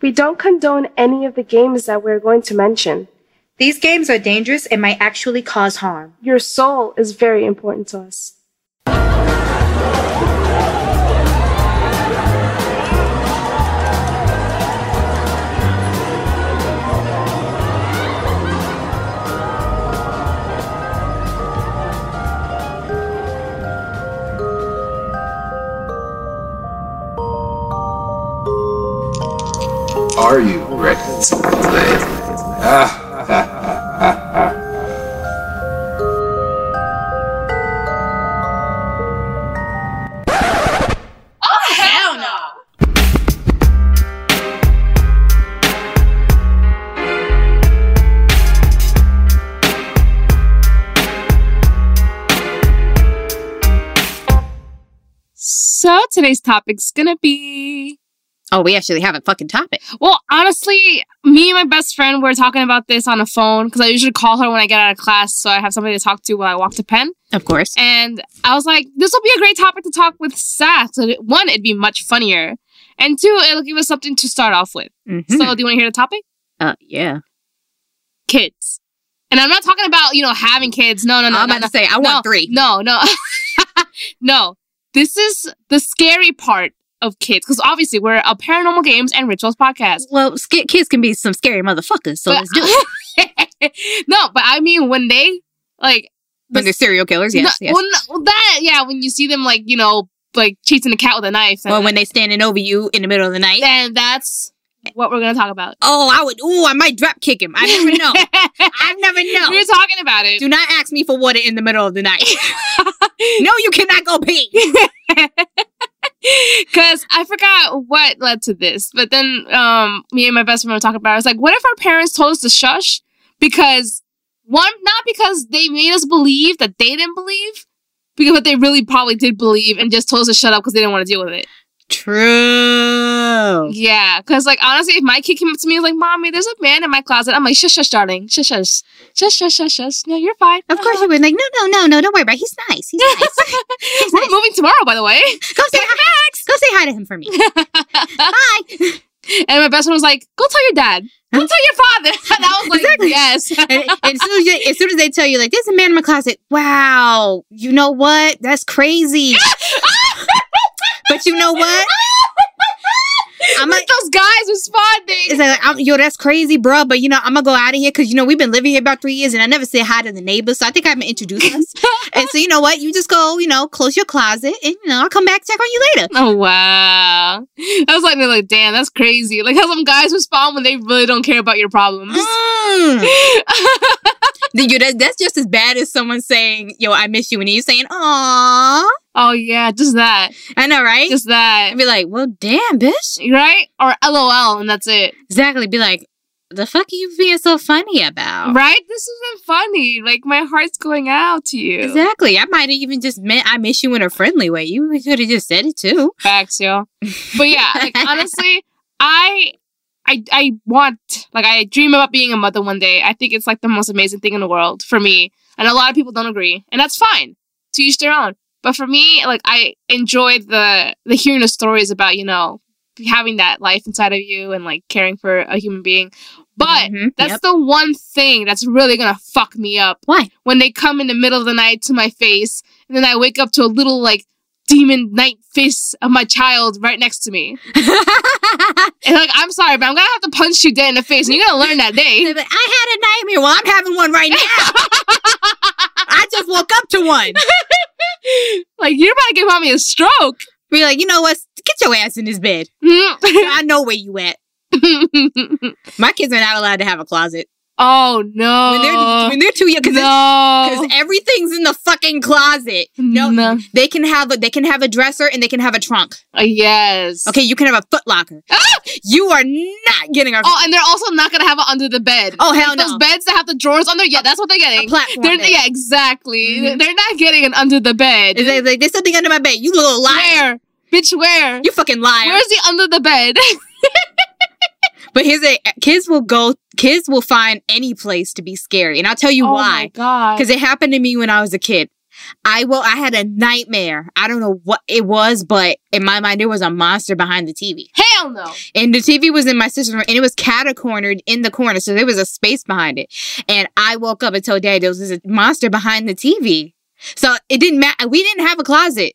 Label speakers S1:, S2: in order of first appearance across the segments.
S1: We don't condone any of the games that we're going to mention.
S2: These games are dangerous and might actually cause harm.
S1: Your soul is very important to us.
S3: Are you ready to play? Ah, ah, ah, ah,
S4: Oh, hell no.
S5: So today's topic's gonna be
S6: Oh, we actually have a fucking topic.
S5: well, honestly, me and my best friend were talking about this on the phone because I usually call her when I get out of class, so I have somebody to talk to while I walk to Penn.
S6: Of course.
S5: And I was like, this will be a great topic to talk with Seth. So that- One, it'd be much funnier, and two, it'll give us something to start off with.
S6: Mhm.
S5: So, do you want to hear the topic?
S6: uh, yeah.
S5: Kids. And I'm not talking about you know having kids. No, no, no.
S6: I'm
S5: no,
S6: about
S5: no.
S6: to say, I
S5: no,
S6: want three.
S5: No, no, no. This is the scary part of kids because obviously we're a paranormal games and rituals podcast.
S6: Well, sk- kids can be some scary motherfuckers, so
S5: But-
S6: let's do it.
S5: no, but I mean when they like
S6: When they're serial killers, yes,
S5: no-
S6: yes.
S5: Well, no, well, that yeah, when you see them like you know like chasing a cat with a knife, and,
S6: Or when they standing over you in the middle of the night.
S5: and that's what we're gonna talk about.
S6: Oh, I would. Ooh, I might drop kick him. I never know. I never
S5: we
S6: know.
S5: were talking about it.
S6: Do not ask me for water in the middle of the night. no, you cannot go pee.
S5: Cause I forgot what led to this, but then um, me and my best friend were talking about. it. I was like, "What if our parents told us to shush?" Because one, not because they made us believe that they didn't believe, because what they really probably did believe, and just told us to shut up because they didn't want to deal with it.
S6: True.
S5: Yeah, because like honestly, if my kid came up to me and was like, "Mommy, there's a man in my closet," I'm like, "Shush, shush, darling, shush, shush, shush, shush, shush, shush. No, you're fine.
S6: Of course, I would like, no, no, no, no, don't worry about it. He's nice. He's nice.
S5: we're moving tomorrow, by the way."
S6: Go say hi. Go say hi to him for me. Bye.
S5: And my best friend was like, "Go tell your dad. Go tell your father." And I was like,
S6: Exactly.
S5: "Yes."
S6: and, and as, soon as, you, as soon as they tell you, like, there's a man in my closet, wow, you know what? That's crazy. but you know what? I'm
S5: Look
S6: like,
S5: at those guys
S6: it's
S5: responding.
S6: like, I'm, yo, that's crazy, bro. But you know, I'm gonna go out of here because you know we've been living here about three years, and I never said hi to the neighbors, so I think I'm gonna introduce us. and so you know what? You just go, you know, close your closet, and you know, I'll come back check on you later.
S5: Oh wow! I was like, they're like, damn, that's crazy. Like how some guys respond when they really don't care about your problems.
S6: Mm. Yo, that, that's just as bad as someone saying, "Yo, I miss you," and you saying, "Aww."
S5: oh yeah, just that,
S6: I know, right?
S5: just that,
S6: and be like, well, damn, bitch.
S5: right? Or LOL, and that's it,
S6: Exactly. Be like, the fuck are you being so funny about?
S5: right? This isn't funny. Like my heart's going out to you.
S6: Exactly. I might have even just meant I miss you in a friendly way. You could have just said it too.
S5: Facts, yo. But yeah, like honestly, I, I, I want like I dream about being a mother one day. I think it's like the most amazing thing in the world for me, and a lot of people don't agree, and that's fine. To each their own. But for me, like I enjoy the the hearing the stories about you know having that life inside of you and like caring for a human being. But
S6: Mhm.
S5: that's
S6: Yep.
S5: the one thing that's really gonna fuck me up
S6: why.
S5: when they come in the middle of the night to my face, and then I wake up to a little like demon night fist of my child right next to me. And like, I'm sorry, but I'm gonna have to punch you dead in the face, and you're gonna learn that day.
S6: They're like, I had a nightmare. Well, I'm having one right now. I just woke up to one.
S5: Like, you're about to give mommy a stroke.
S6: Be like, you know what? Get your ass in this bed. I know where you at. My kids are not allowed to have a closet
S5: oh no!
S6: when they're when they're too young because
S5: no,
S6: because everything's in the fucking closet. No,
S5: No.
S6: they can have a they can have a dresser and they can have a trunk.
S5: Uh, yes. Ah!
S6: Okay, you can have a footlocker. You are not getting a,
S5: Oh, and they're also not gonna have it under the bed.
S6: Oh, hell no.
S5: Those beds that have the drawers under, yeah, that's what they're
S6: a
S5: getting.
S6: platform.
S5: They're,
S6: bed.
S5: yeah, exactly.
S6: Mhm.
S5: They're not getting it under the bed.
S6: It's like, like, there's something under my bed. You little liar.
S5: Where? Bitch, where?
S6: You fucking liar.
S5: Where's the under the bed?
S6: but here's a kids will go. Kids will find any place to be scary, and I'll tell you
S5: oh my
S6: why.
S5: god.
S6: Because it happened to me when I was a kid. I will. I had a nightmare. I don't know what it was, but in my mind, there was a monster behind the TV,
S5: Hell no.
S6: and the TV was in my sister's room, and it was cornered in the corner, so there was a space behind it. And I woke up and told Dad there was this monster behind the TV. So it didn't matter. We didn't have a closet,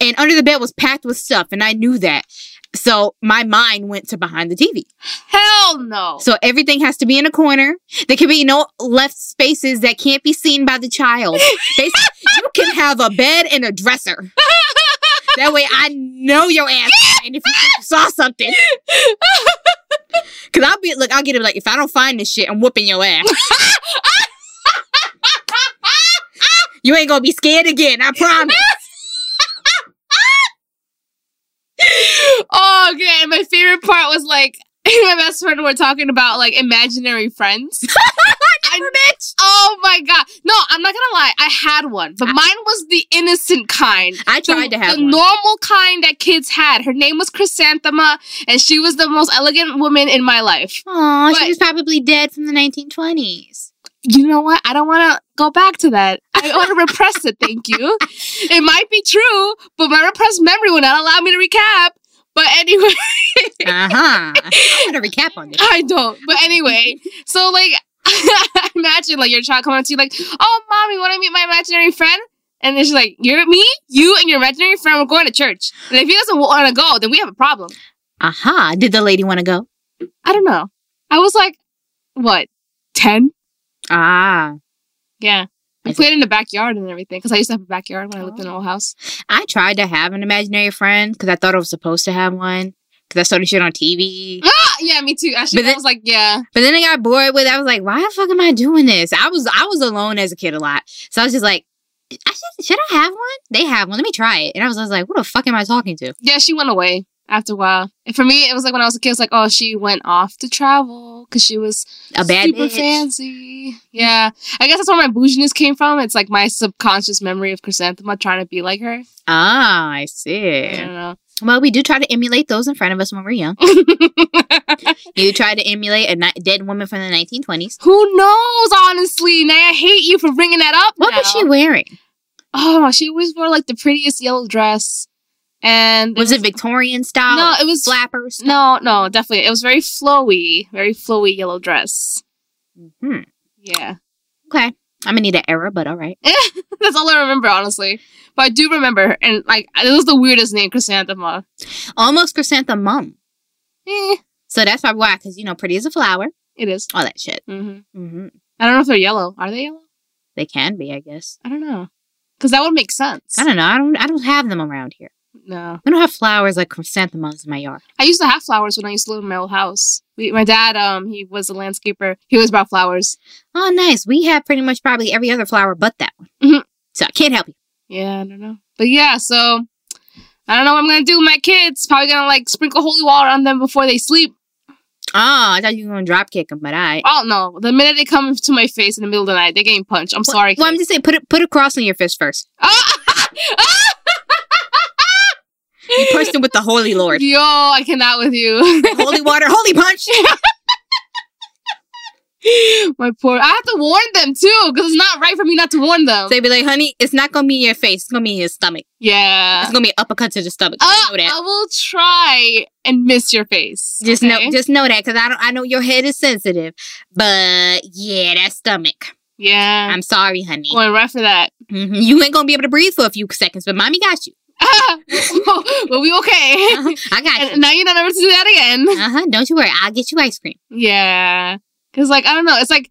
S6: and under the bed was packed with stuff, and I knew that. So my mind went to behind the TV.
S5: Hell no.
S6: So everything has to be in a corner. There can be no left spaces that can't be seen by the child. They- you can have a bed and a dresser. That way I know your ass and if you saw something. Cause I'll be look, I'll get it like if I don't find this shit, I'm whooping your ass. you ain't gonna be scared again, I promise.
S5: oh, okay. And my favorite part was like my best friend were talking about like imaginary friends. I- Oh my god! No, I'm not gonna lie. I had one, but mine was the innocent kind.
S6: I
S5: The-
S6: tried to have
S5: the
S6: one.
S5: normal kind that kids had. Her name was Chrysanthema, and she was the most elegant woman in my life.
S6: Aw,
S5: But-
S6: she was probably dead from the 1920s.
S5: You know what? I don't want to go back to that. I want to repress it. Thank you. It might be true, but my repressed memory will not allow me to recap. But anyway.
S6: Uh-huh. I'm gonna recap on this.
S5: I don't. But anyway, so like, imagine like your child coming up to you like, "Oh, mom, you want to meet my imaginary friend?" And then she's like, "You're me, you, and your imaginary friend. We're going to church. And if he doesn't want to go, then we have a problem."
S6: Aha. Did the lady want to go?
S5: I don't know. I was like, what, ten?
S6: Ah.
S5: Yeah.
S6: I
S5: We
S6: see.
S5: played in the backyard and everything because I used to have a backyard when I lived in an old house.
S6: I tried to have an imaginary friend because I thought I was supposed to have one because I saw this shit on TV.
S5: Ah, yeah, me too. Actually,
S6: But then-
S5: I was like, yeah,
S6: But then I got bored with it. I was like, why the fuck am I doing this? I was I was alone as a kid a lot. So I was just like, I should, should I have one? They have one. Let me try it. And I was, I was like, what the fuck am I talking to?
S5: yeah. She went away after a while. And for me, it was like when I was a kid, it was like, oh, she went off to travel because she was
S6: A bad
S5: super
S6: bitch.
S5: fancy. Yeah, I guess that's where my bouginess came from. It's like my subconscious memory of Chrysanthema trying to be like her.
S6: Ah, I see.
S5: I don't know.
S6: Well, we do try to emulate those in front of us when we're young. you try to emulate a ni- dead woman from the 1920s.
S5: Who knows? Honestly, now I hate you for bringing that up.
S6: What
S5: now.
S6: was she wearing?
S5: Oh, she always wore like the prettiest yellow dress, and
S6: Was it Victorian style?
S5: no, it was
S6: flappers.
S5: no, no, definitely it was very flowy, very flowy yellow dress.
S6: Hmm.
S5: Yeah,
S6: Okay. I'm gonna need an era, but all right.
S5: that's all I remember honestly. But I do remember, her, and like it was the weirdest name, Chrysanthema.
S6: Almost chrysanthemum.
S5: Eh,
S6: So that's probably why, because you know, pretty as a flower,
S5: it is.
S6: all that shit.
S5: Mm-hmm.
S6: hmm
S5: I don't know if they're yellow. Are they yellow?
S6: They can be, I guess.
S5: I don't know. Because that would make sense.
S6: I don't know. I don't. I don't have them around here.
S5: No.
S6: We don't have flowers like chrysanthemums in my yard.
S5: I used to have flowers when I used to live in my old house. We, my dad, um, he was a landscaper. He always brought flowers.
S6: Oh, nice. We have pretty much probably every other flower but that one.
S5: Mhm.
S6: So I can't help you.
S5: Yeah, I don't know. But yeah, so I don't know what I'm going to do with my kids. Probably going to like sprinkle holy water on them before they sleep.
S6: Oh, I thought you were gonna drop kick them, but I.
S5: Oh, no. The minute they come to my face in the middle of the night, they're getting punched. I'm sorry.
S6: Well, I'm
S5: kids. Ah!
S6: just saying, put a, put a cross on your fist first. You punched them with the holy lord,
S5: Yo, I cannot with you.
S6: holy water, holy punch.
S5: my poor. I have to warn them too, because it's not right for me not to warn them.
S6: They'd be like, honey, it's not gonna be in your face. It's gonna be in your stomach.
S5: yeah.
S6: It's gonna be an uppercut to the stomach.
S5: Uh,
S6: You know that.
S5: I will try and miss your face.
S6: Just
S5: okay?
S6: know, just know that because I don't. I know your head is sensitive, but yeah, that stomach.
S5: yeah,
S6: I'm sorry, honey.
S5: I'm going right for that.
S6: Mhm. You ain't gonna be able to breathe for a few seconds, but mommy got you.
S5: we'll be okay.
S6: Uh-huh. I got
S5: and
S6: you.
S5: now you're not ever to do that again.
S6: Uh huh. Don't you worry. I'll get you ice cream.
S5: Yeah, because like I don't know, it's like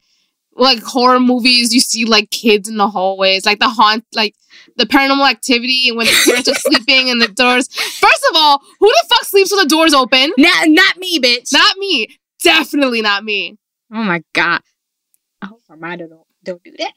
S5: like horror movies. You see like kids in the hallways, like the haunt, like the paranormal activity when the parents are sleeping and the doors. First of all, who the fuck sleeps with the doors open?
S6: Not, not me, bitch.
S5: Not me. Definitely not me.
S6: oh my god. I hope Armando don't don't do that.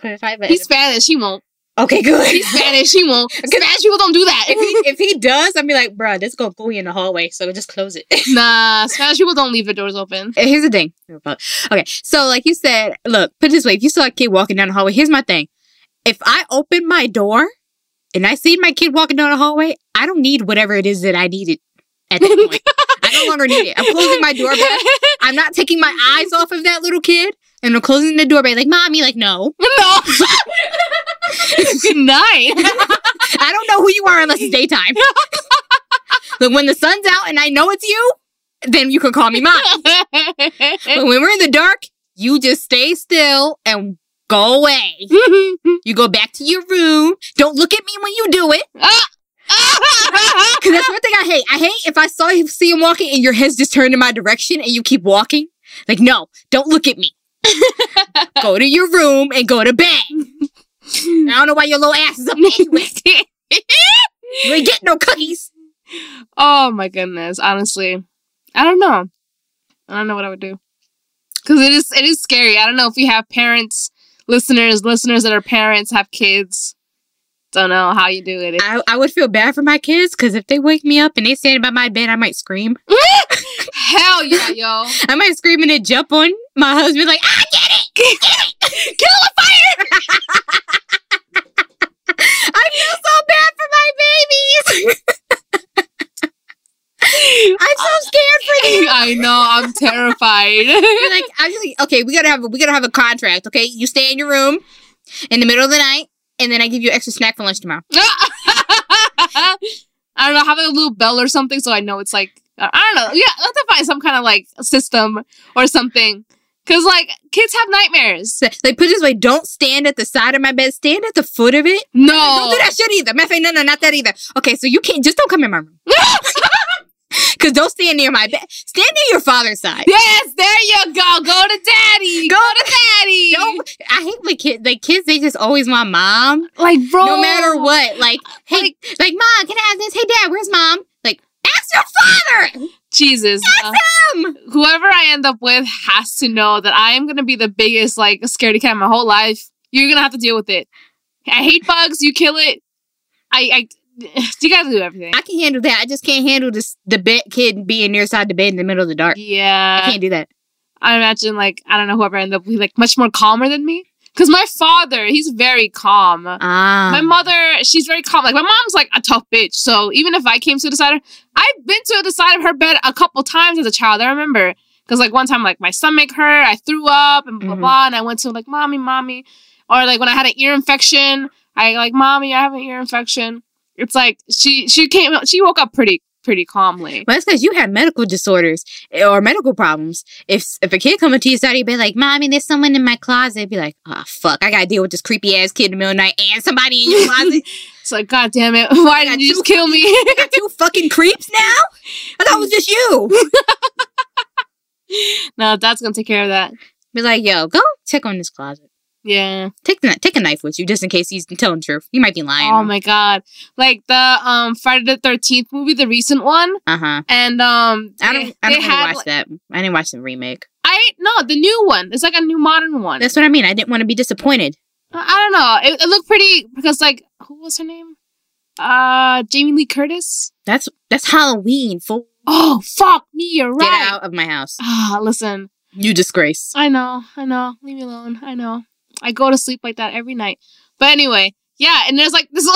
S6: 'Cause if I ever-
S5: He's Spanish. He won't.
S6: okay, good.
S5: He's Spanish. He won't. Spanish people don't do that.
S6: if he if he does, I'll be like, bruh, this gonna go in the hallway, so just close it.
S5: Nah, Spanish people don't leave their doors open.
S6: And Here's the thing. Okay, so like you said, look, put it this way: if you saw a kid walking down the hallway, here's my thing. If I open my door and I see my kid walking down the hallway, I don't need whatever it is that I needed at that point. I no longer need it. I'm closing my door. back. I'm not taking my eyes off of that little kid, and I'm closing the door. back, Like, mommy, like, no,
S5: no. Good night.
S6: I don't know who you are unless it's daytime. Look, when the sun's out and I know it's you, then you can call me mom. but when we're in the dark, you just stay still and go away. You go back to your room. Don't look at me when you do it. Cause that's one thing I hate. I hate if I saw you see him walking and your head's just turned in my direction and you keep walking. Like, no, don't look at me. go to your room and go to bed. I don't know why your little ass is up anyway. You ain't getting no cookies.
S5: oh my goodness. Honestly, I don't know. I don't know what I would do because it is it is scary. I don't know if we have parents, listeners, listeners that are parents have kids. Don't know how you do it.
S6: I, I would feel bad for my kids because if they wake me up and they stand by my bed, I might scream.
S5: Hell yeah, yo.
S6: I might scream and then jump on my husband like, I get it! Get it! Kill a fire! I feel so bad for my babies! I'm so scared for them.
S5: I know. I'm terrified.
S6: You're like, I'm just like, okay, we gotta have we gotta have a contract, okay? You stay in your room in the middle of the night, and then I give you extra snack for lunch tomorrow.
S5: I don't know, have like a little bell or something so I know it's like I I don't know. Yeah, I have to find some kind of like system or something. Cause like kids have nightmares.
S6: So, like put it this way, don't stand at the side of my bed, stand at the foot of it. Don't
S5: No.
S6: do that shit either. Matter of fact, no, no, not that either. Okay, so you can't just don't come in my room. Cause don't stand near my bed. Stand near your father's side.
S5: Yes, there you go. Go to daddy. Go, to daddy.
S6: Don't I hate my kids like kids, they just always want mom.
S5: like bro.
S6: no matter what. Like, hey, like, mom, can I have this? Hey, dad, where's mom? Like, ask your father.
S5: Jesus. uh,
S6: Him.
S5: whoever I end up with has to know that I am gonna be the biggest like scaredy cat my whole life. You're gonna have to deal with it. I hate bugs. You kill it. I, I you guys do everything.
S6: I can handle that. I just can't handle this. The bed kid being near side the bed in the middle of the dark.
S5: yeah.
S6: I can't do that.
S5: I imagine like I don't know whoever ended up with like much more calmer than me. Cause my father, he's very calm.
S6: Ah,
S5: my mother, she's very calm. Like my mom's like a tough bitch. So even if I came to the side of I've been to the side of her bed a couple times as a child. I remember. Cause like one time like my stomach hurt, I threw up and blah blah,
S6: Mhm.
S5: blah and I went to like mommy, mommy. Or like when I had an ear infection, I like mommy, I have an ear infection. It's like she she came she woke up pretty pretty calmly.
S6: well, that's because you have medical disorders eh, or medical problems. If if a kid coming to your side, you'd be like, "Mommy, there's someone in my closet." Be like, "Ah, fuck, I gotta deal with this creepy ass kid in the middle of the night and somebody in your closet.
S5: It's like, God damn it, why did you just kill me?
S6: I got two fucking creeps now. I thought it was just you."
S5: No, that's gonna take care of that.
S6: Be like, "Yo, go check on this closet."
S5: Yeah.
S6: Take the take a knife with you just in case he's telling the truth. He might be lying.
S5: Oh my god. Like the um Friday the thirteenth movie, the recent one.
S6: Uh huh.
S5: And um
S6: I don't.
S5: they-
S6: I
S5: they
S6: don't want
S5: had,
S6: to watch
S5: like-
S6: that. I didn't watch the remake.
S5: I no, the new one. It's like a new modern one.
S6: That's what I mean. I didn't want to be disappointed.
S5: I I don't know. It, it looked pretty because like who was her name? Uh Jamie Lee Curtis?
S6: That's that's Halloween. Fool.
S5: Oh fuck me, you're
S6: Get
S5: right.
S6: out of my house.
S5: Ah, listen.
S6: You disgrace.
S5: I know, I know. Leave me alone. I know. I go to sleep like that every night. But anyway, yeah, and there's like this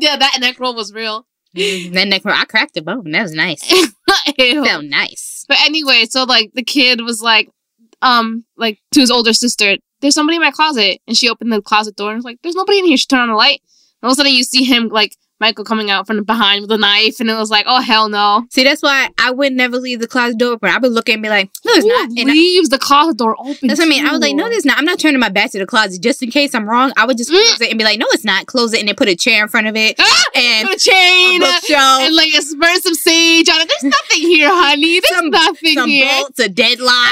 S5: Yeah, that neck roll was real. Mm-hmm.
S6: then neck, I cracked a bone. That was nice.
S5: Ew.
S6: Felt nice.
S5: But anyway, so like the kid was like, um, like to his older sister, there's somebody in my closet. And she opened the closet door and was like, there's nobody in here. She turned on the light. And all of a sudden you see him like Michael coming out from behind with a knife. And it was like, oh, hell no.
S6: See, that's why I would never leave the closet door open. I would look and be like, "No, it's
S5: Who
S6: not." And I-
S5: leaves the closet door open?
S6: that's what I mean. I was like,
S5: too?
S6: "No, there's not." I'm not turning my back to the closet just in case I'm wrong. I would just
S5: Mm.
S6: close it and be like, "No, it's not." Close it and then put a chair in front of it
S5: Ah!
S6: and
S5: Put a chain uh,
S6: a bookshelf.
S5: and like a spur some sage on it. There's nothing here, honey. There's
S6: Some-
S5: nothing
S6: some
S5: here.
S6: bolts, a deadlock,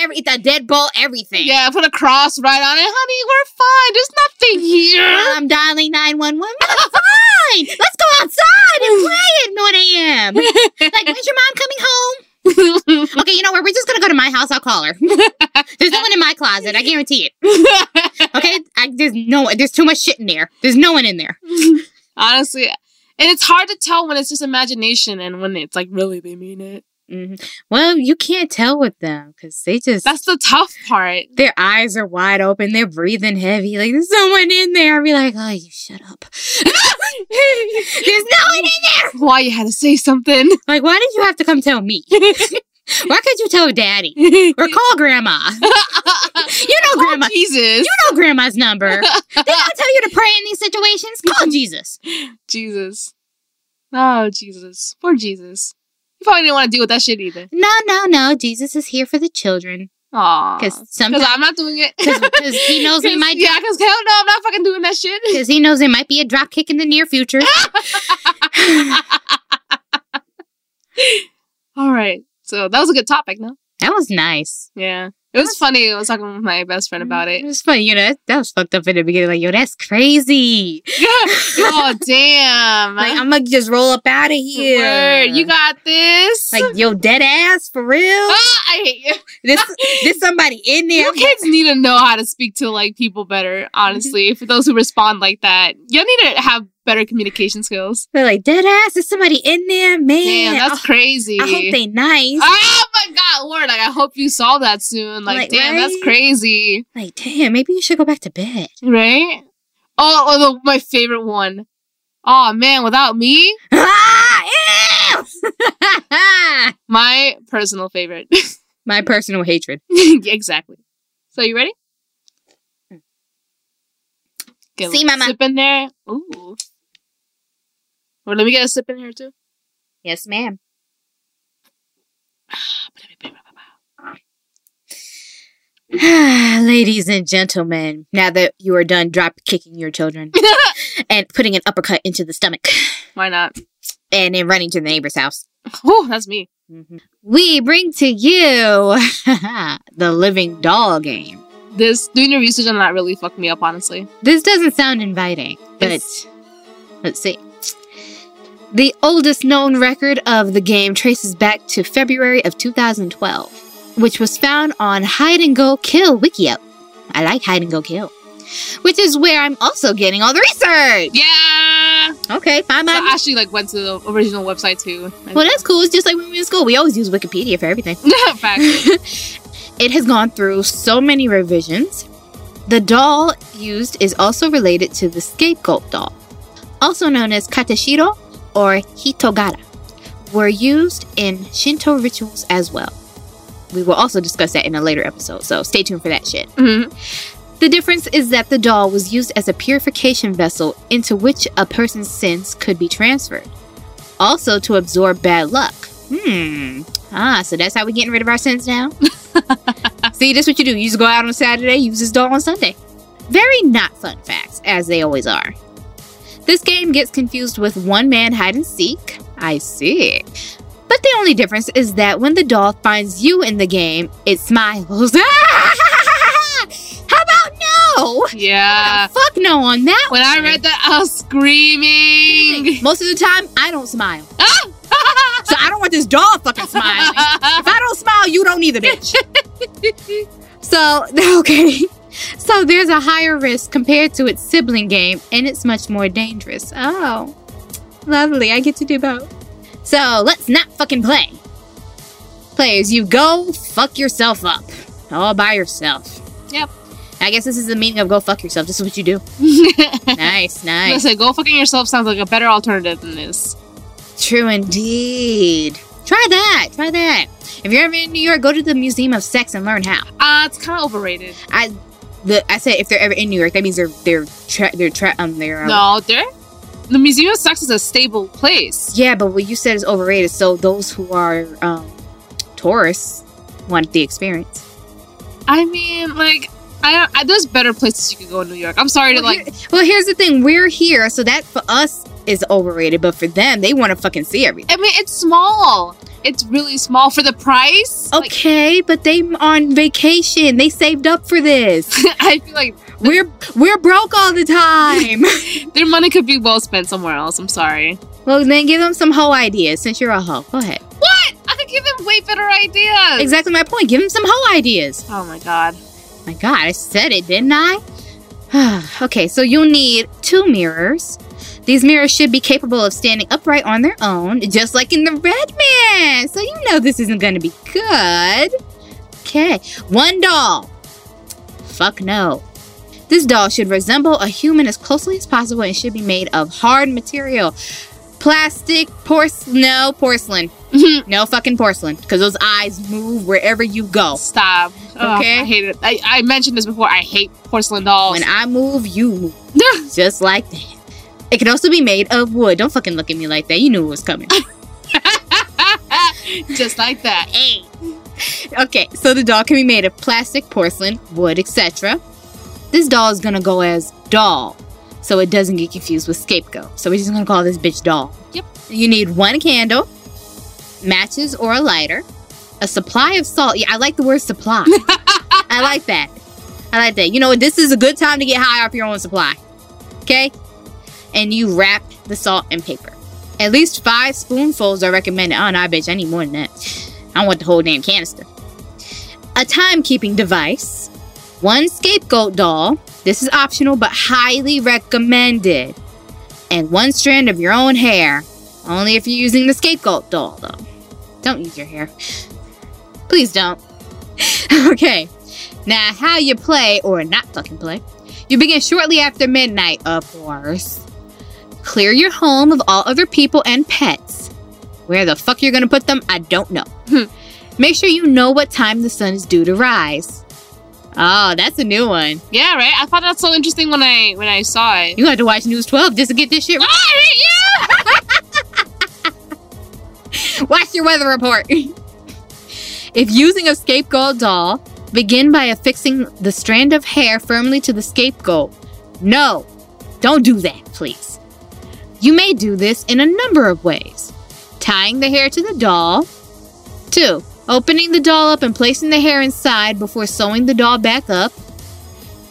S6: every, a deadbolt, everything.
S5: Yeah, put a cross right on it, honey. We're fine. There's nothing here.
S6: I'm dialing 911. Fine! Let's go outside and play at 1 a.m. Like, when's your mom coming home? Okay, you know what? We're just gonna go to my house. I'll call her. There's no one in my closet. I guarantee it. Okay? I, there's no There's too much shit in there. There's no one in there.
S5: Honestly, and it's hard to tell when it's just imagination and when it's like really they mean it.
S6: hmm Well, you can't tell with them because they just.
S5: That's the tough part.
S6: their eyes are wide open. They're breathing heavy. Like, there's someone in there. I'd be like, oh, you shut up. there's no one in there.
S5: Why you had to say something?
S6: Like, why did you have to come tell me? Why could you tell daddy? Or call grandma. You know grandma.
S5: Jesus.
S6: You know grandma's number. They don't tell you to pray in these situations.
S5: Mm-hmm.
S6: Call Jesus.
S5: Jesus. Oh, Jesus. Poor Jesus. You probably didn't want to deal with that shit either.
S6: No, no, no. Jesus is here for the children.
S5: Aw.
S6: Because
S5: Because
S6: sometimes
S5: I'm not doing it.
S6: because he knows we might
S5: Yeah, because hell no, I'm not fucking doing that shit.
S6: because he knows there might be a drop kick in the near future. that
S5: All right. So that was a good topic, no?
S6: was nice.
S5: Yeah. It was funny. I was talking with my best friend about
S6: It
S5: it.
S6: was funny, you know. That, that was fucked up in the beginning. Like, yo, that's crazy.
S5: oh, damn.
S6: Like, I'm gonna just roll up out of here.
S5: Word. You got this.
S6: like, yo, dead ass for real.
S5: Ah, I hate you.
S6: This, this somebody in there.
S5: You kids need to know how to speak to like people better,
S6: Mm-hmm.
S5: honestly. For those who respond like that, you need to have better communication skills.
S6: They're like, dead ass. There's somebody in there, man.
S5: Damn, that's
S6: I-
S5: crazy.
S6: I hope they nice.
S5: Oh my god, Lord, like I hope you saw that soon. Like,
S6: Like,
S5: damn, that's
S6: right?
S5: crazy.
S6: like, damn, maybe you should go back to bed.
S5: Right? Oh, oh the, my favorite one. Oh man, without me,
S6: Ah, ew!
S5: my personal favorite.
S6: My personal hatred.
S5: exactly. So you ready? Get a
S6: See,
S5: little
S6: Mama.
S5: Sip in there. Ooh. Well, let me get a sip in here too.
S6: Yes, ma'am. Ladies and gentlemen, now that you are done drop kicking your children and putting an uppercut into the stomach
S5: Why not?
S6: and then running to the neighbor's house,
S5: Ooh, that's me.
S6: we bring to you the living doll game.
S5: This doing your research on that really fucked me up, honestly.
S6: This doesn't sound inviting, but
S5: It's-
S6: let's see. The oldest known record of the game traces back to February of 2012, which was found on Hide and Go Kill Wikio. I like Hide and Go Kill, which is where I'm also getting all the research.
S5: Yeah.
S6: Okay, fine,
S5: So
S6: fine.
S5: I actually like went to the original website too.
S6: well, that's cool. It's just like when we were in school, we always use Wikipedia for everything.
S5: Fact.
S6: it has gone through so many revisions. The doll used is also related to the scapegoat doll, also known as katashiro or hitogara, were used in Shinto rituals as well. We will also discuss that in a later episode, so stay tuned for that shit.
S5: Mhm.
S6: The difference is that the doll was used as a purification vessel into which a person's sins could be transferred, also to absorb bad luck. Hmm. Ah, so that's how we getting rid of our sins now? See, this what you do. You just go out on Saturday, use this doll on Sunday. Very not fun facts, as they always are. This game gets confused with one man hide and seek. I see. But the only difference is that when the doll finds you in the game, it smiles. How about no?
S5: Yeah.
S6: Fuck no on that
S5: When I
S6: one.
S5: read that, I was screaming.
S6: Most of the time, I don't smile. So I don't want this doll fucking smiling. If I don't smile, you don't either, bitch. so, okay. So there's a higher risk compared to its sibling game, and it's much more dangerous. Oh, lovely. I get to do both. So let's not fucking play. Players, you go fuck yourself up all by yourself.
S5: Yep.
S6: I guess this is the meaning of go fuck yourself. This is what you do. nice, nice.
S5: Listen, go fucking yourself sounds like a better alternative than this.
S6: True indeed. Try that. Try that. If you're ever in New York, go to the Museum of Sex and learn how.
S5: Uh, it's kind of overrated.
S6: I, the I said if they're ever in New York, that means they're they're tra- they're tra- um they're um,
S5: No, there. The Museum of Sex is a stable place.
S6: Yeah, but what you said is overrated. So those who are um tourists want the experience.
S5: I mean, like, I, I there's better places you could go in New York. I'm sorry to
S6: Well,
S5: like.
S6: here- well, here's the thing: we're here, so that for us is overrated. But for them, they want to fucking see everything.
S5: I mean, it's small. It's really small for the price. Like,
S6: Okay, but they on vacation. They saved up for this.
S5: I feel like
S6: we're we're broke all the time.
S5: their money could be well spent somewhere else. I'm sorry.
S6: Well, then give them some hoe ideas since you're a hoe. Go ahead.
S5: What? I could give them way better ideas.
S6: Exactly my point. Give them some hoe ideas.
S5: Oh my god.
S6: My God, I said it, didn't I? okay, so you'll need two mirrors. These mirrors should be capable of standing upright on their own, just like in the Red Man. So you know this isn't going to be good. Okay, one doll. Fuck no. This doll should resemble a human as closely as possible and should be made of hard material. Plastic, porcelain, no, porcelain.
S5: Mhm.
S6: No fucking porcelain, because those eyes move wherever you go.
S5: Stop. Ugh,
S6: Okay.
S5: I hate it. I, I mentioned this before. I hate porcelain dolls.
S6: When I move, you move. Just like that. It can also be made of wood. Don't fucking look at me like that. You knew it was coming.
S5: Just like that.
S6: hey. Okay, so the doll can be made of plastic, porcelain, wood, etc. This doll is gonna go as doll, so it doesn't get confused with scapegoat. So we're just gonna call this bitch doll.
S5: Yep.
S6: You need one candle, matches or a lighter, a supply of salt. Yeah, I like the word supply. I like that. I like that. You know what? This is a good time to get high off your own supply. Okay? And you wrap the salt in paper. At least five spoonfuls are recommended. Oh, no, bitch, I need more than that. I don't want the whole damn canister. A timekeeping device. One scapegoat doll. This is optional, but highly recommended. And one strand of your own hair. Only if you're using the scapegoat doll, though. Don't use your hair. Please don't. okay. Now, how you play, or not fucking play, you begin shortly after midnight, of course. Clear your home of all other people and pets. Where the fuck you're gonna put them, I don't know.
S5: Hmm.
S6: Make sure you know what time the sun is due to rise. Oh, that's a new one.
S5: Yeah, right. I thought that's so interesting when I when I saw it.
S6: You have to watch News 12 just to get this shit right. Watch your weather report. if using a scapegoat doll, begin by affixing the strand of hair firmly to the scapegoat. No, don't do that, please. You may do this in a number of ways tying the hair to the doll. Two, opening the doll up and placing the hair inside before sewing the doll back up.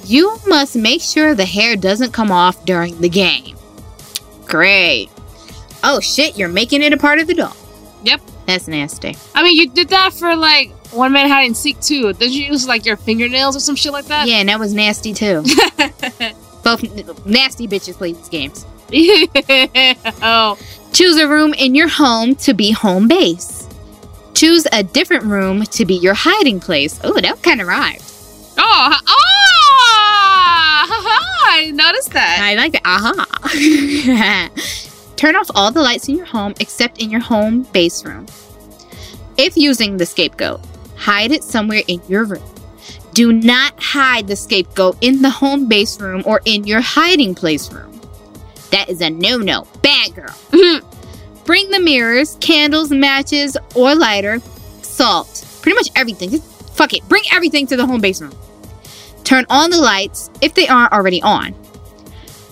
S6: You must make sure the hair doesn't come off during the game. Great. Oh shit, you're making it a part of the doll.
S5: Yep.
S6: That's nasty.
S5: I mean, you did that for like One Man Hide and Seek too. Didn't you use like your fingernails or some shit like that?
S6: yeah, and that was nasty too. Both nasty bitches play these games.
S5: oh,
S6: Choose a room in your home to be home base. Choose a different room to be your hiding place. Oh, that kind of rhymed.
S5: oh, ha- oh! I noticed that.
S6: I like that. Aha. Turn off all the lights in your home except in your home base room. If using the scapegoat, hide it somewhere in your room. Do not hide the scapegoat in the home base room or in your hiding place room. That is a no no. Bad girl.
S5: Mhm.
S6: Bring the mirrors, candles, matches, or lighter, salt, pretty much everything. Just fuck it. Bring everything to the home base room. Turn on the lights if they aren't already on.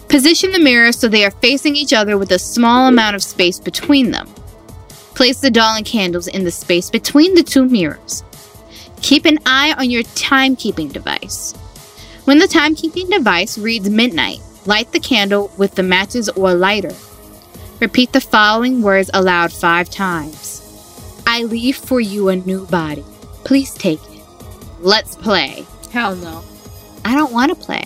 S6: Position the mirrors so they are facing each other with a small amount of space between them. Place the doll and candles in the space between the two mirrors. Keep an eye on your timekeeping device. When the timekeeping device reads midnight, light the candle with the matches or lighter. Repeat the following words aloud five times I leave for you a new body. Please take it. Let's play.
S5: Hell no.
S6: I don't want to play.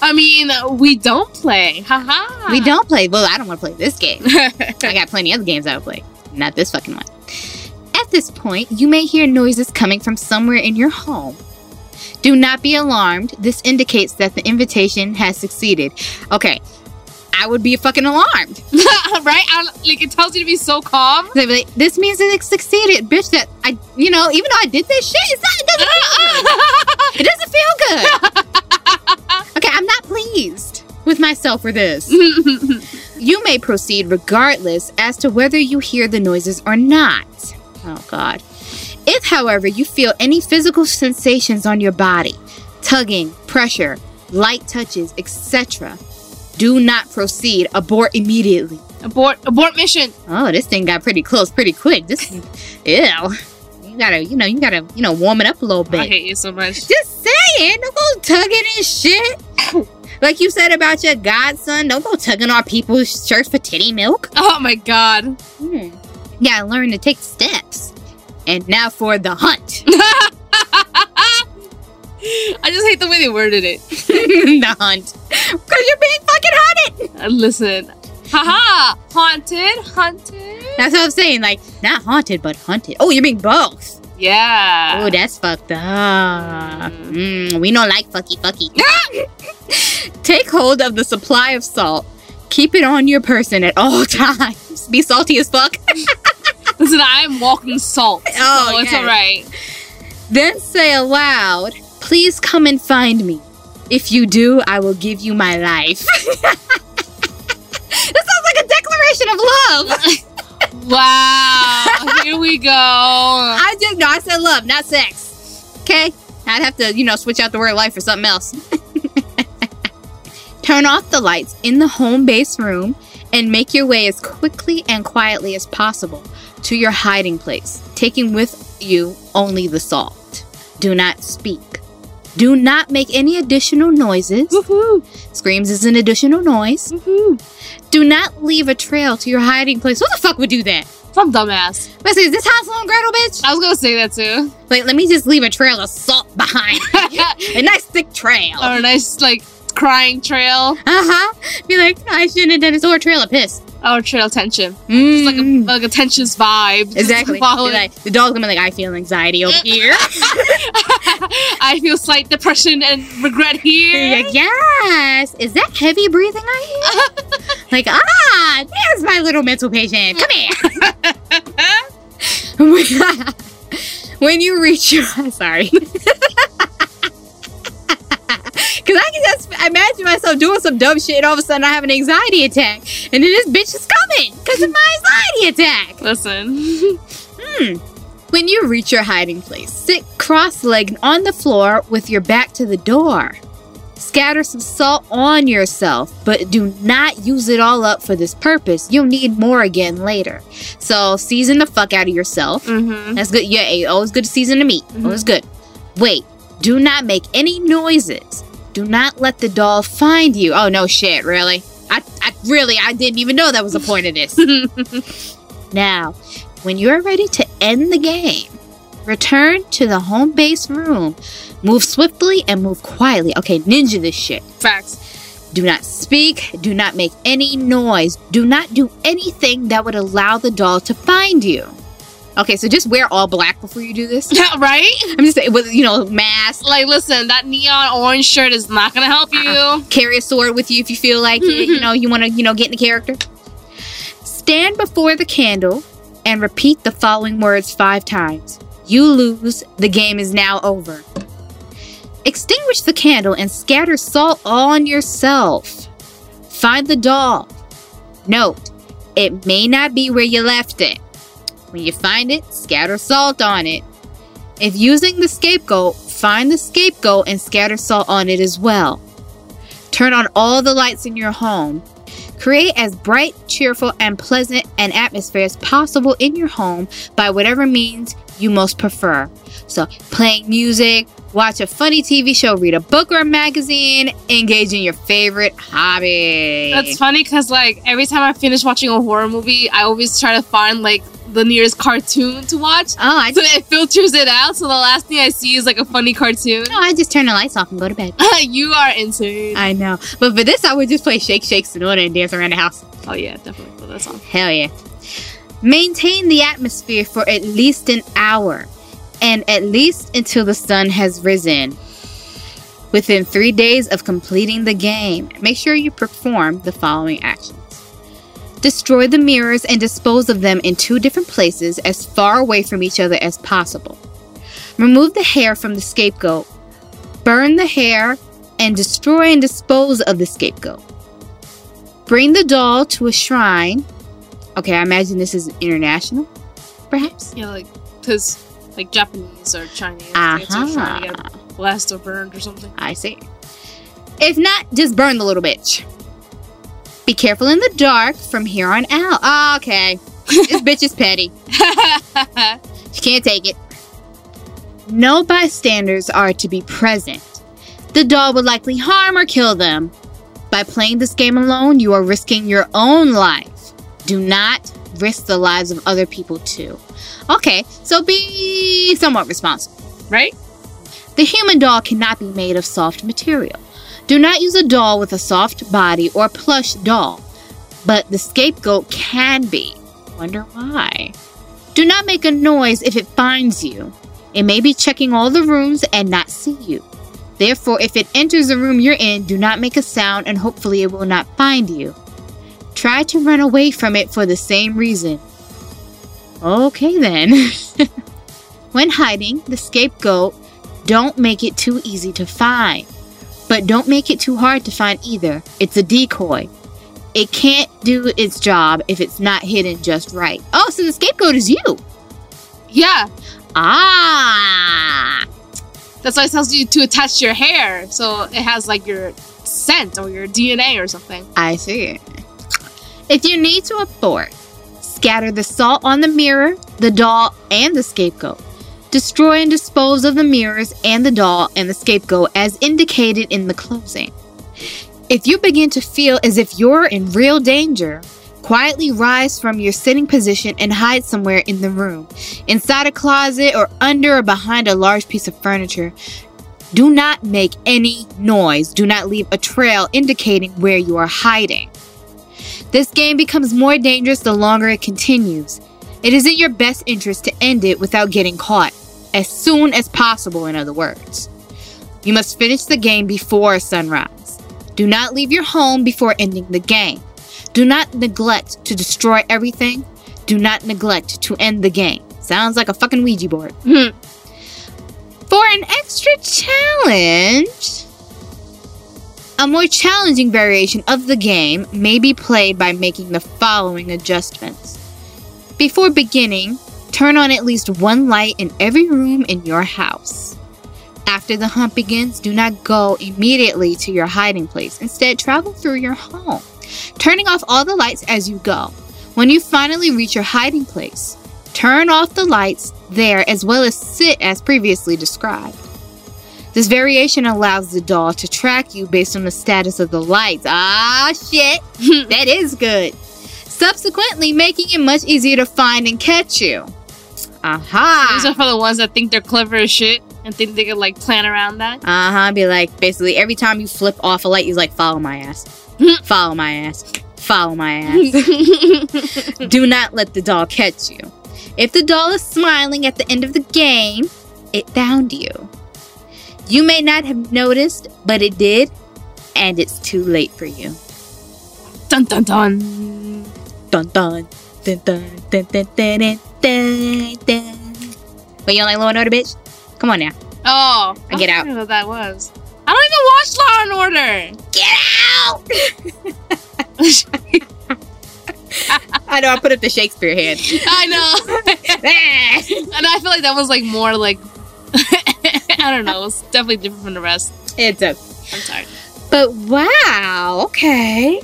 S5: I mean, we don't play. Haha.
S6: We don't play. Well, I don't want to play this game. I got plenty other games I would play. Not this fucking one. At this point, you may hear noises coming from somewhere in your home. Do not be alarmed. This indicates that the invitation has succeeded. Okay, I would be fucking alarmed.
S5: right? I, like it tells you to be so calm.
S6: They'd be like, this means that it succeeded, bitch. That I, you know, even though I did this shit, it's not. It doesn't feel good. It doesn't feel good. okay, I'm not pleased with myself for this. You may proceed regardless as to whether you hear the noises or not. Oh, God. If, however, you feel any physical sensations on your body, tugging, pressure, light touches, etc., do not proceed. Abort immediately.
S5: abort, abort mission.
S6: Oh, this thing got pretty close pretty quick. This, ew. You gotta, you know, you gotta, you know, warm it up a little
S5: I
S6: bit.
S5: hate you so much.
S6: Just saying, don't go tugging and shit. like you said about your godson, don't go tugging on people's shirts for titty milk.
S5: Oh my god.
S6: Hmm. Yeah, learn to take steps. And now for the hunt.
S5: I just hate the way they worded it.
S6: the hunt. Because you're being fucking hunted.
S5: Uh, Listen. Haha! Haunted, hunted.
S6: That's what I'm saying. Like, not haunted, but hunted. Oh, you're being both.
S5: Yeah.
S6: Oh, that's fucked up. Mm, we don't like fucky fucky. Take hold of the supply of salt. Keep it on your person at all times. Be salty as fuck.
S5: Listen, I'm walking salt.
S6: Oh,
S5: so it's
S6: yes.
S5: all right.
S6: Then say aloud, Please come and find me. If you do, I will give you my life. that sounds like a declaration of love.
S5: Wow. Here we go.
S6: I just, no, I said love, not sex. Okay? I'd have to, you know, switch out the word life for something else. Turn off the lights in the home base room and make your way as quickly and quietly as possible to your hiding place, taking with you only the salt. Do not speak. Do not make any additional noises.
S5: Woohoo.
S6: Screams is an additional noise.
S5: Woohoo.
S6: Do not leave a trail to your hiding place. Who the fuck would do that?
S5: Some dumbass.
S6: Let's see, is this Hansel and Gretel, bitch?
S5: I was gonna say that too.
S6: Like, let me just leave a trail of salt behind. a nice thick trail.
S5: or a nice like crying trail
S6: Uh huh. Be like, I shouldn't have done this. Or a trail of piss.
S5: or trail tension. It's like
S6: Mm.
S5: a like a tensions vibe. Just
S6: exactly.
S5: follow
S6: Be
S5: it.
S6: like, the dog's gonna be like, I feel anxiety over here.
S5: I feel slight depression and regret
S6: Be
S5: here.
S6: like, yes. Is that heavy breathing I hear? like, ah, there's my little mental patient. Come here. When- when you reach your I'm sorry because i can just imagine myself doing some dumb shit and all of a sudden i have an anxiety attack and then this bitch is coming because of my anxiety attack
S5: Listen.
S6: when you reach your hiding place sit cross-legged on the floor with your back to the door scatter some salt on yourself but do not use it all up for this purpose you'll need more again later so season the fuck out of yourself
S5: Mm-hmm.
S6: that's good. Yeah, eh, always good to season the meat. Always good. Wait, do not make any noises. Do not let the doll find you. Oh no, shit, really? I, I really, I didn't even know that was the point of this. now, when you are ready to end the game, return to the home base room. Move swiftly and move quietly. Okay, ninja this shit.
S5: Facts.
S6: Do not speak. Do not make any noise. Do not do anything that would allow the doll to find you. Okay, so just wear all black before you do this.
S5: Yeah, right?
S6: I'm just saying, with you know, mask,
S5: Like, listen, that neon orange shirt is not gonna help you.
S6: carry a sword with you if you feel like it. You know, you want to, you know, get into character. Stand before the candle and repeat the following words five times. You lose. The game is now over. Extinguish the candle and scatter salt on yourself. Find the doll. Note, it may not be where you left it. When you find it, scatter salt on it. If using the scapegoat, find the scapegoat and scatter salt on it as well. Turn on all the lights in your home. Create as bright, cheerful, and pleasant an atmosphere as possible in your home by whatever means you most prefer. So, playing music, watch a funny TV show, read a book or a magazine, engage in your favorite hobby.
S5: That's funny because, like, every time I finish watching a horror movie, I always try to find, like, the nearest cartoon to watch.
S6: Oh, I
S5: So
S6: just,
S5: it filters it out. So the last thing I see is, like, a funny cartoon.
S6: no, I just turn the lights off and go to bed.
S5: you are insane.
S6: I know. But for this, I would just play Shake, Shake, Sonora and dance around the house.
S5: oh, yeah, definitely. Well, that's all.
S6: Hell yeah. Maintain the atmosphere for at least an hour and at least until the sun has risen. Within three days of completing the game, make sure you perform the following actions destroy the mirrors and dispose of them in two different places as far away from each other as possible. Remove the hair from the scapegoat, burn the hair, and destroy and dispose of the scapegoat. Bring the doll to a shrine. Okay, I imagine this is international, perhaps?
S5: Yeah, like, because, like, Japanese or Chinese. Like, it's usually
S6: Aha.
S5: get blessed or burned or something.
S6: I see. If not, just burn the little bitch. Be careful in the dark from here on out. Ah, Okay. this bitch is petty. She can't take it. No bystanders are to be present. The doll would likely harm or kill them. By playing this game alone, you are risking your own life. Do not risk the lives of other people, too. Okay, so be somewhat responsible.
S5: right?
S6: The human doll cannot be made of soft material. Do not use a doll with a soft body or plush doll, but the scapegoat can be. Wonder why. Do not make a noise if it finds you. It may be checking all the rooms and not see you. Therefore, if it enters the room you're in, do not make a sound and hopefully it will not find you. Try to run away from it for the same reason. Okay then. when hiding, the scapegoat, don't make it too easy to find, but don't make it too hard to find either. It's a decoy. It can't do its job if it's not hidden just right. Oh, so the scapegoat is you.
S5: Yeah,
S6: Ah.
S5: that's why it tells you to attach your hair, so it has like your scent or your DNA or something.
S6: I see it. If you need to abort, scatter the salt on the mirror, the doll, and the scapegoat. Destroy and dispose of the mirrors and the doll and the scapegoat as indicated in the closing. If you begin to feel as if you're in real danger, quietly rise from your sitting position and hide somewhere in the room, inside a closet or under or behind a large piece of furniture. Do not make any noise. Do not leave a trail indicating where you are hiding. This game becomes more dangerous the longer it continues. It is in your best interest to end it without getting caught, as soon as possible, in other words. You must finish the game before sunrise. Do not leave your home before ending the game. Do not neglect to destroy everything. Do not neglect to end the game. Sounds like a fucking Ouija board. For an extra challenge, a more challenging variation of the game may be played by making the following adjustments. Before beginning, turn on at least one light in every room in your house. After the hunt begins, do not go immediately to your hiding place. Instead, travel through your home, turning off all the lights as you go. When you finally reach your hiding place, turn off the lights there as well as sit as previously described. This variation allows the doll to track you based on the status of the lights. Ah, shit, that is good. Subsequently, making it much easier to find and catch you.
S5: These
S6: Aha!
S5: are for the ones that think they're clever as shit and think they can like plan around that.
S6: Uh huh. Be like, basically, every time you flip off a light, you're like, follow my ass. follow my ass. Follow my ass. Do not let the doll catch you. If the doll is smiling at the end of the game, it found you. You may not have noticed, but it did, and it's too late for you.
S5: dun dun dun.
S6: Dun dun dun dun dun dun dun dun dun. dun. Wait, you don't like Law and Order, bitch? Come on now.
S5: Oh,
S6: I get out.
S5: don't know what that was. I don't even watch Law and Order.
S6: Get out! I know I put up the Shakespeare hand.
S5: I know, and I feel like that was like more like I don't know. It's definitely different from the rest.
S6: it's a
S5: I'm sorry.
S6: But wow, okay.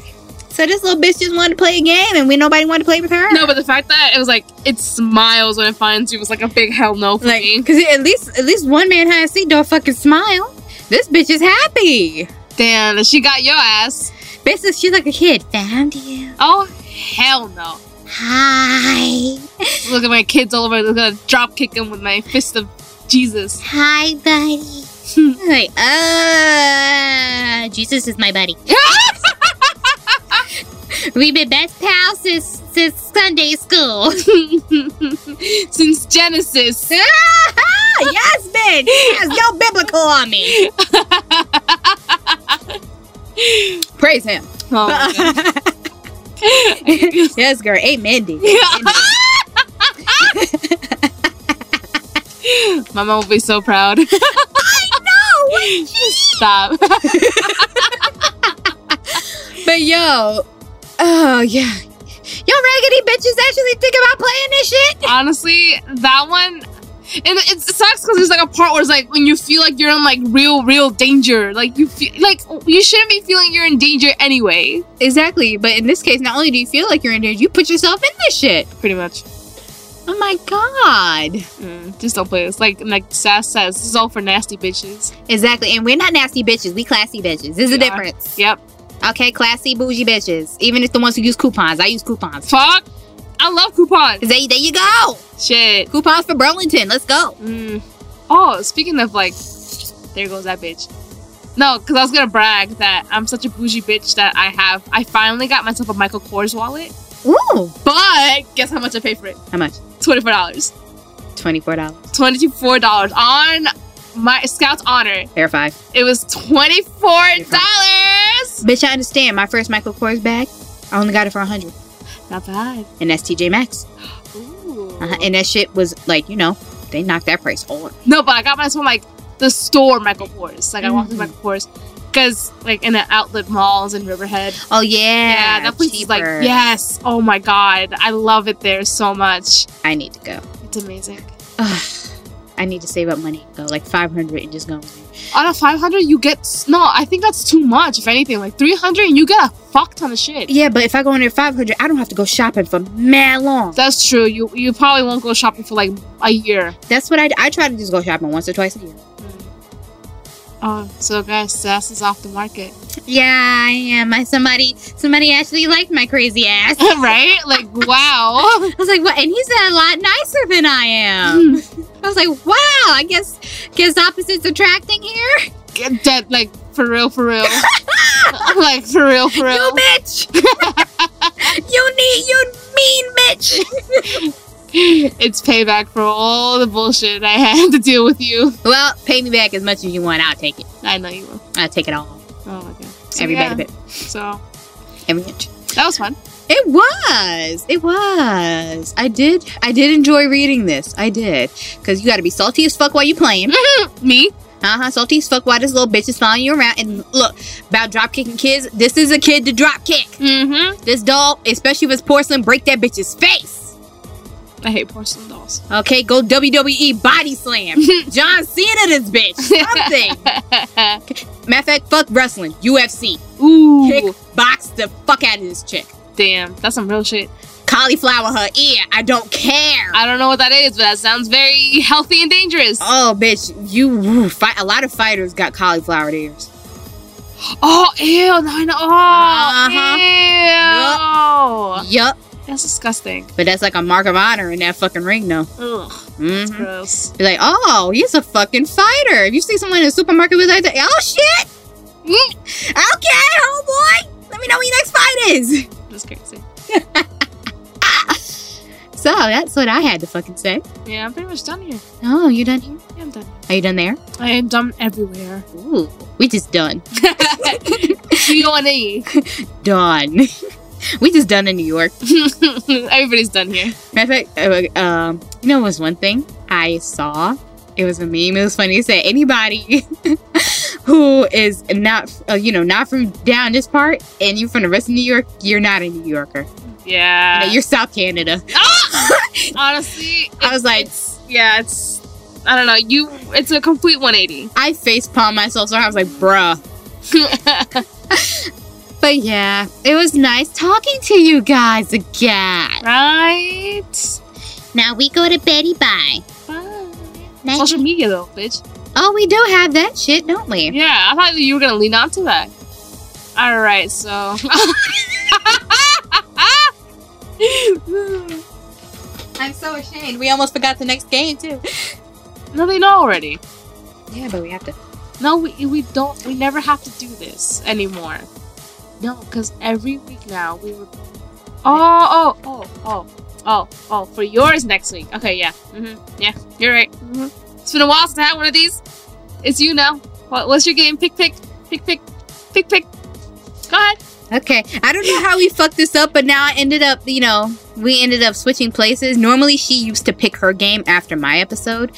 S6: So this little bitch just wanted to play a game, and we nobody wanted to play with her.
S5: No, but the fact that it was like it smiles when it finds you was like a big hell no for
S6: like,
S5: me.
S6: cause at least at least one man high seat don't fucking smile. This bitch is happy.
S5: Damn, she got your ass.
S6: Bitch, is- she's like a kid. Found you.
S5: Oh hell no!
S6: Hi,
S5: Look at my kids all over. I'm gonna drop kick them with my fist of Jesus.
S6: hi, buddy. like, uh, Jesus is my buddy. We've been best pals since since Sunday school.
S5: Since Genesis.
S6: yes, bitch. Yes, go biblical on me. Praise him.
S5: Oh, my God.
S6: yes, girl. Amen. D.
S5: My mom will be so proud.
S6: No.
S5: Stop.
S6: But yo, oh yeah, yo raggedy bitches actually think about playing this shit.
S5: Honestly, that one. It, it sucks because there's like a part where it's like when you feel like you're in like real, real danger. Like you feel like you shouldn't be feeling you're in danger anyway.
S6: Exactly. But in this case, not only do you feel like you're in danger, you put yourself in this shit.
S5: Pretty much.
S6: Oh my god.
S5: Mm, just don't play this. Like like Sass says, this is all for nasty bitches.
S6: Exactly. And we're not nasty bitches. We classy bitches. There's a
S5: We are.
S6: difference.
S5: Yep.
S6: Okay, classy bougie bitches. Even if the ones who use coupons, I use coupons.
S5: Fuck. I love coupons.
S6: There, there you go.
S5: Shit.
S6: Coupons for Burlington. Let's go.
S5: Mm. Oh, speaking of like, there goes that bitch. No, because I was gonna brag that I'm such a bougie bitch that I have. I finally got myself a Michael Kors wallet,
S6: Ooh.
S5: but guess how much I paid for it?
S6: How much?
S5: Twenty four dollars.
S6: Twenty-four dollars.
S5: Twenty four dollars on my Scout's honor.
S6: Air five.
S5: It was twenty four dollars.
S6: Bitch, I understand. My first Michael Kors bag, I only got it for a hundred,
S5: Not bad.
S6: and that's TJ Maxx.
S5: Ooh.
S6: Uh-huh. And that shit was like, you know, they knocked that price all.
S5: No, but I got mine from like the store Michael Kors. Like I walked to
S6: Mhm.
S5: Michael Kors because like in the outlet malls in Riverhead.
S6: Oh yeah,
S5: Yeah, that place is like
S6: cheaper.
S5: yes. Oh my god, I love it there so much.
S6: I need to go.
S5: It's amazing.
S6: Ugh. I need to save up money. Go like five hundred and just go.
S5: Out of five hundred, you get s- no. I think that's too much. If anything, like three hundred, and you get a fuck ton of shit.
S6: Yeah, but if I go in there five hundred, I don't have to go shopping for mad long.
S5: That's true. You you probably won't go shopping for like a year.
S6: That's what I I try to just go shopping once or twice a year.
S5: Oh, so guys, Sass is off the market,
S6: Yeah, I am. I, somebody somebody actually liked my crazy ass. I
S5: right? Like wow.
S6: was like, what? And he's a lot nicer than I
S5: Mm.
S6: am. I was like, wow. I guess guess opposites attracting here.
S5: Get that like for real, for real. like for real, for
S6: You
S5: real.
S6: bitch. you need you mean bitch.
S5: It's payback for all the bullshit I had to deal with you.
S6: Well, pay me back as much as you want. I'll take it.
S5: I know you will.
S6: I'll take it all.
S5: Oh my god. So,
S6: Every
S5: yeah,
S6: bit of it.
S5: So
S6: Every inch.
S5: that was fun.
S6: It was. It was. I did. I did enjoy reading this. I did. Because you got to be salty as fuck while you playing.
S5: Me?
S6: Uh huh. Salty as fuck while this little bitch is following you around. And look, about drop kicking kids, this is a kid to drop kick.
S5: Mm-hmm.
S6: This doll, especially if it's porcelain, break that bitch's face.
S5: I hate porcelain dolls.
S6: Okay, go WWE body slam. John Cena, this bitch. Something. Matter of fact, fuck wrestling. UFC.
S5: Ooh.
S6: Kick, box the fuck out of this chick.
S5: Damn, that's some real shit.
S6: Cauliflower her ear. I don't care.
S5: I don't know what that is, but that sounds very healthy and dangerous.
S6: Oh, bitch, you woo, fight. A lot of fighters got cauliflower ears.
S5: Oh, ew, no, no. Oh,
S6: Uh-huh. Yup.
S5: ew. That's disgusting.
S6: But that's like a mark of honor in that fucking ring, though.
S5: Ugh,
S6: hmm
S5: Mm-hmm. gross.
S6: You're like, oh, he's a fucking fighter. If you see someone in a supermarket with like that, oh shit.
S5: Mm.
S6: Okay, homeboy. Let me know who your next fight is.
S5: That's crazy.
S6: So that's what I had to fucking say.
S5: Yeah, I'm pretty much done here.
S6: Oh, you done here?
S5: Yeah, I'm done.
S6: Are you done there?
S5: I am done everywhere.
S6: Ooh, we just done.
S5: D-O-N-E.
S6: Done. we just done in New York.
S5: Everybody's done here.
S6: Matter of fact, uh, um, you know, was one thing I saw. It was a meme. It was funny. It said anybody who is not, uh, you know, not from down this part, and you from the rest of New York, you're not a New Yorker. You
S5: Yeah.
S6: know, you're South Canada.
S5: Honestly,
S6: I was like,
S5: it's yeah, it's I don't know. You, it's a complete 180.
S6: I face palm myself, so I was like, bruh. But yeah, it was nice talking to you guys again.
S5: right?
S6: Now we go to Betty Bye.
S5: Bye.
S6: Night.
S5: Social media though, bitch.
S6: Oh, we do have that shit, don't we?
S5: Yeah, I thought you were gonna lean on to that. All right, so.
S6: I'm so ashamed. We almost forgot the next game too.
S5: no, they know already.
S6: Yeah, but we have to.
S5: No, we, we don't. We never have to do this anymore. No, because every week now we were. Oh, oh, oh, oh, oh, oh, for yours next week. Okay, yeah. hmm Yeah, you're right. hmm It's been a while since I had one of these. It's you now. What, what's your game? Pick, pick, pick, pick, pick, pick. Go ahead.
S6: Okay, I don't know how we fucked this up, but now I ended up, you know, we ended up switching places. Normally, she used to pick her game after my episode,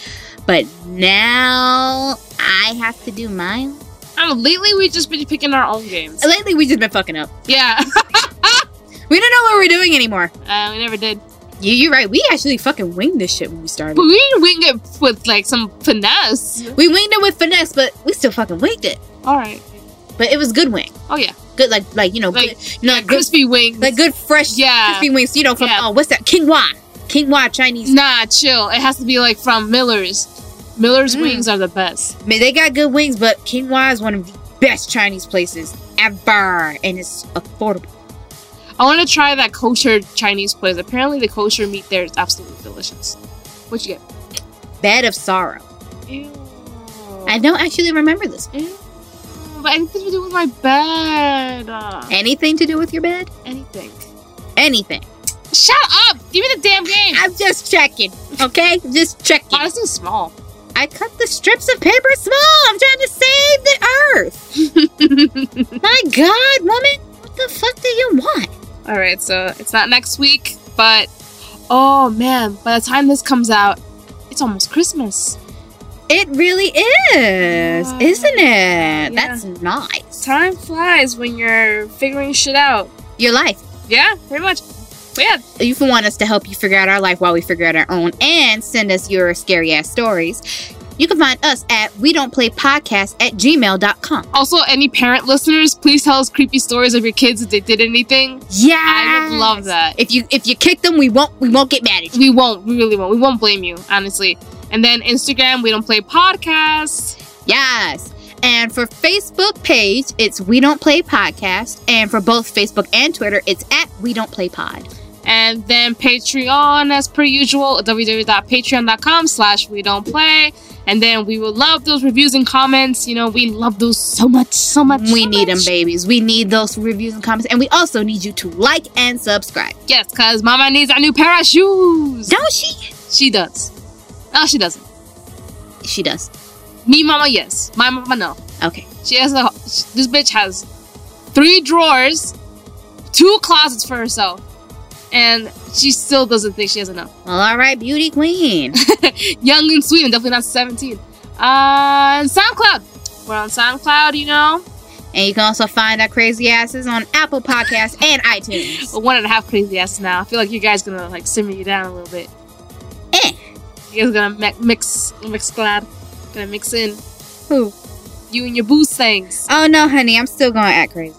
S6: but now I have to do mine.
S5: I don't know, lately we've just been picking our own games.
S6: Lately, we just been fucking up.
S5: Yeah,
S6: We don't know what we're doing anymore.
S5: uh, we never did.
S6: You, you're right. We actually fucking winged this shit when we started.
S5: But we didn't wing it with like some finesse.
S6: We winged it with finesse, but we still fucking winged it.
S5: All right.
S6: But it was good wing.
S5: Oh yeah,
S6: Good, like, like you know,
S5: Like,
S6: good, you know, like good,
S5: crispy wings.
S6: like good fresh,
S5: Yeah.
S6: crispy wings. You know, from
S5: Uh, Yeah.
S6: oh, what's that? Quinoa, quinoa Chinese.
S5: Nah, chill. It has to be like from Miller's. Miller's
S6: Mm.
S5: wings are the best.
S6: Man, they got good wings, but Quinoa is one of the best Chinese places ever, and it's affordable.
S5: I want to try that kosher Chinese place. Apparently, the kosher meat there is absolutely delicious. What you get?
S6: Bed of Sorrow.
S5: Ew.
S6: I don't actually remember this.
S5: Ew. But anything to do with my bed. Uh,
S6: Anything to do with your bed?
S5: anything.
S6: Anything.
S5: Shut up! Give me the damn game.
S6: I'm just checking, okay? Just checking.
S5: Honestly, small.
S6: I cut the strips of paper small. I'm trying to save the earth. My God, woman, what the fuck do you want?
S5: All right, so it's not next week, but Oh man, by the time this comes out, it's almost Christmas.
S6: It really is,
S5: Uh, Yeah.
S6: isn't it? That's nice.
S5: Time flies when you're figuring shit out.
S6: Your life.
S5: Yeah, pretty much. But yeah,
S6: You can want us to help you figure out our life while we figure out our own and send us your scary ass stories. You can find us at we don't play podcast at gmail.com.
S5: also, any parent listeners, please tell us creepy stories of your kids if they did anything.
S6: Yeah.
S5: I would love that.
S6: If you if you kick them, we won't we won't get mad at you.
S5: We won't, we really won't. We won't blame you, honestly. And then Instagram, we don't play podcasts.
S6: Yes. And for Facebook page, it's We Don't Play Podcast. And for both Facebook and Twitter, it's at We Don't Play Pod.
S5: And then Patreon, as per usual, www.patreon.com slash we don't play. And then we will love those reviews and comments. You know, we love those so much, so much.
S6: We
S5: so
S6: need them,
S5: much.
S6: babies. We need those reviews and comments. And we also need you to like and subscribe.
S5: Yes, because Mama needs a new pair of shoes.
S6: Don't she?
S5: She does. No, she doesn't.
S6: She does.
S5: Me, Mama, yes. My Mama, no.
S6: Okay.
S5: She has a. This bitch has three drawers, two closets for herself, and she still doesn't think she has enough.
S6: Well, all right, beauty queen.
S5: Young and sweet, and definitely not 17. Uh, and SoundCloud. We're on SoundCloud, you know.
S6: and you can also find our crazy asses on Apple Podcasts and iTunes.
S5: But one and a half crazy ass now. I feel like you guys gonna like simmer you down a little bit.
S6: Eh.
S5: You guys gonna mi- mix, mix glad, gonna mix in
S6: Who?
S5: you and your boo things.
S6: Oh no, honey, I'm still gonna act crazy.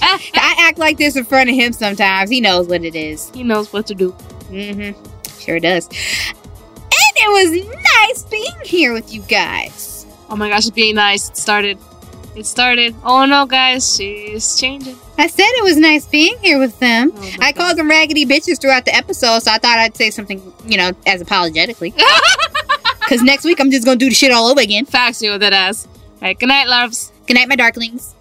S6: I act like this in front of him sometimes. He knows what it is.
S5: He knows what to do.
S6: Mm-hmm. Sure does. And it was nice being here with you guys.
S5: Oh my gosh, it's being nice. It started. It started. Oh no, guys, she's changing.
S6: I said it was nice being here with them.
S5: Oh my
S6: I
S5: God.
S6: called them raggedy bitches throughout the episode, so I thought I'd say something, you know, as apologetically. Because next week I'm just gonna do the shit all over again.
S5: Facts, yo, that ass. Right, good night, loves.
S6: Good night, my darklings.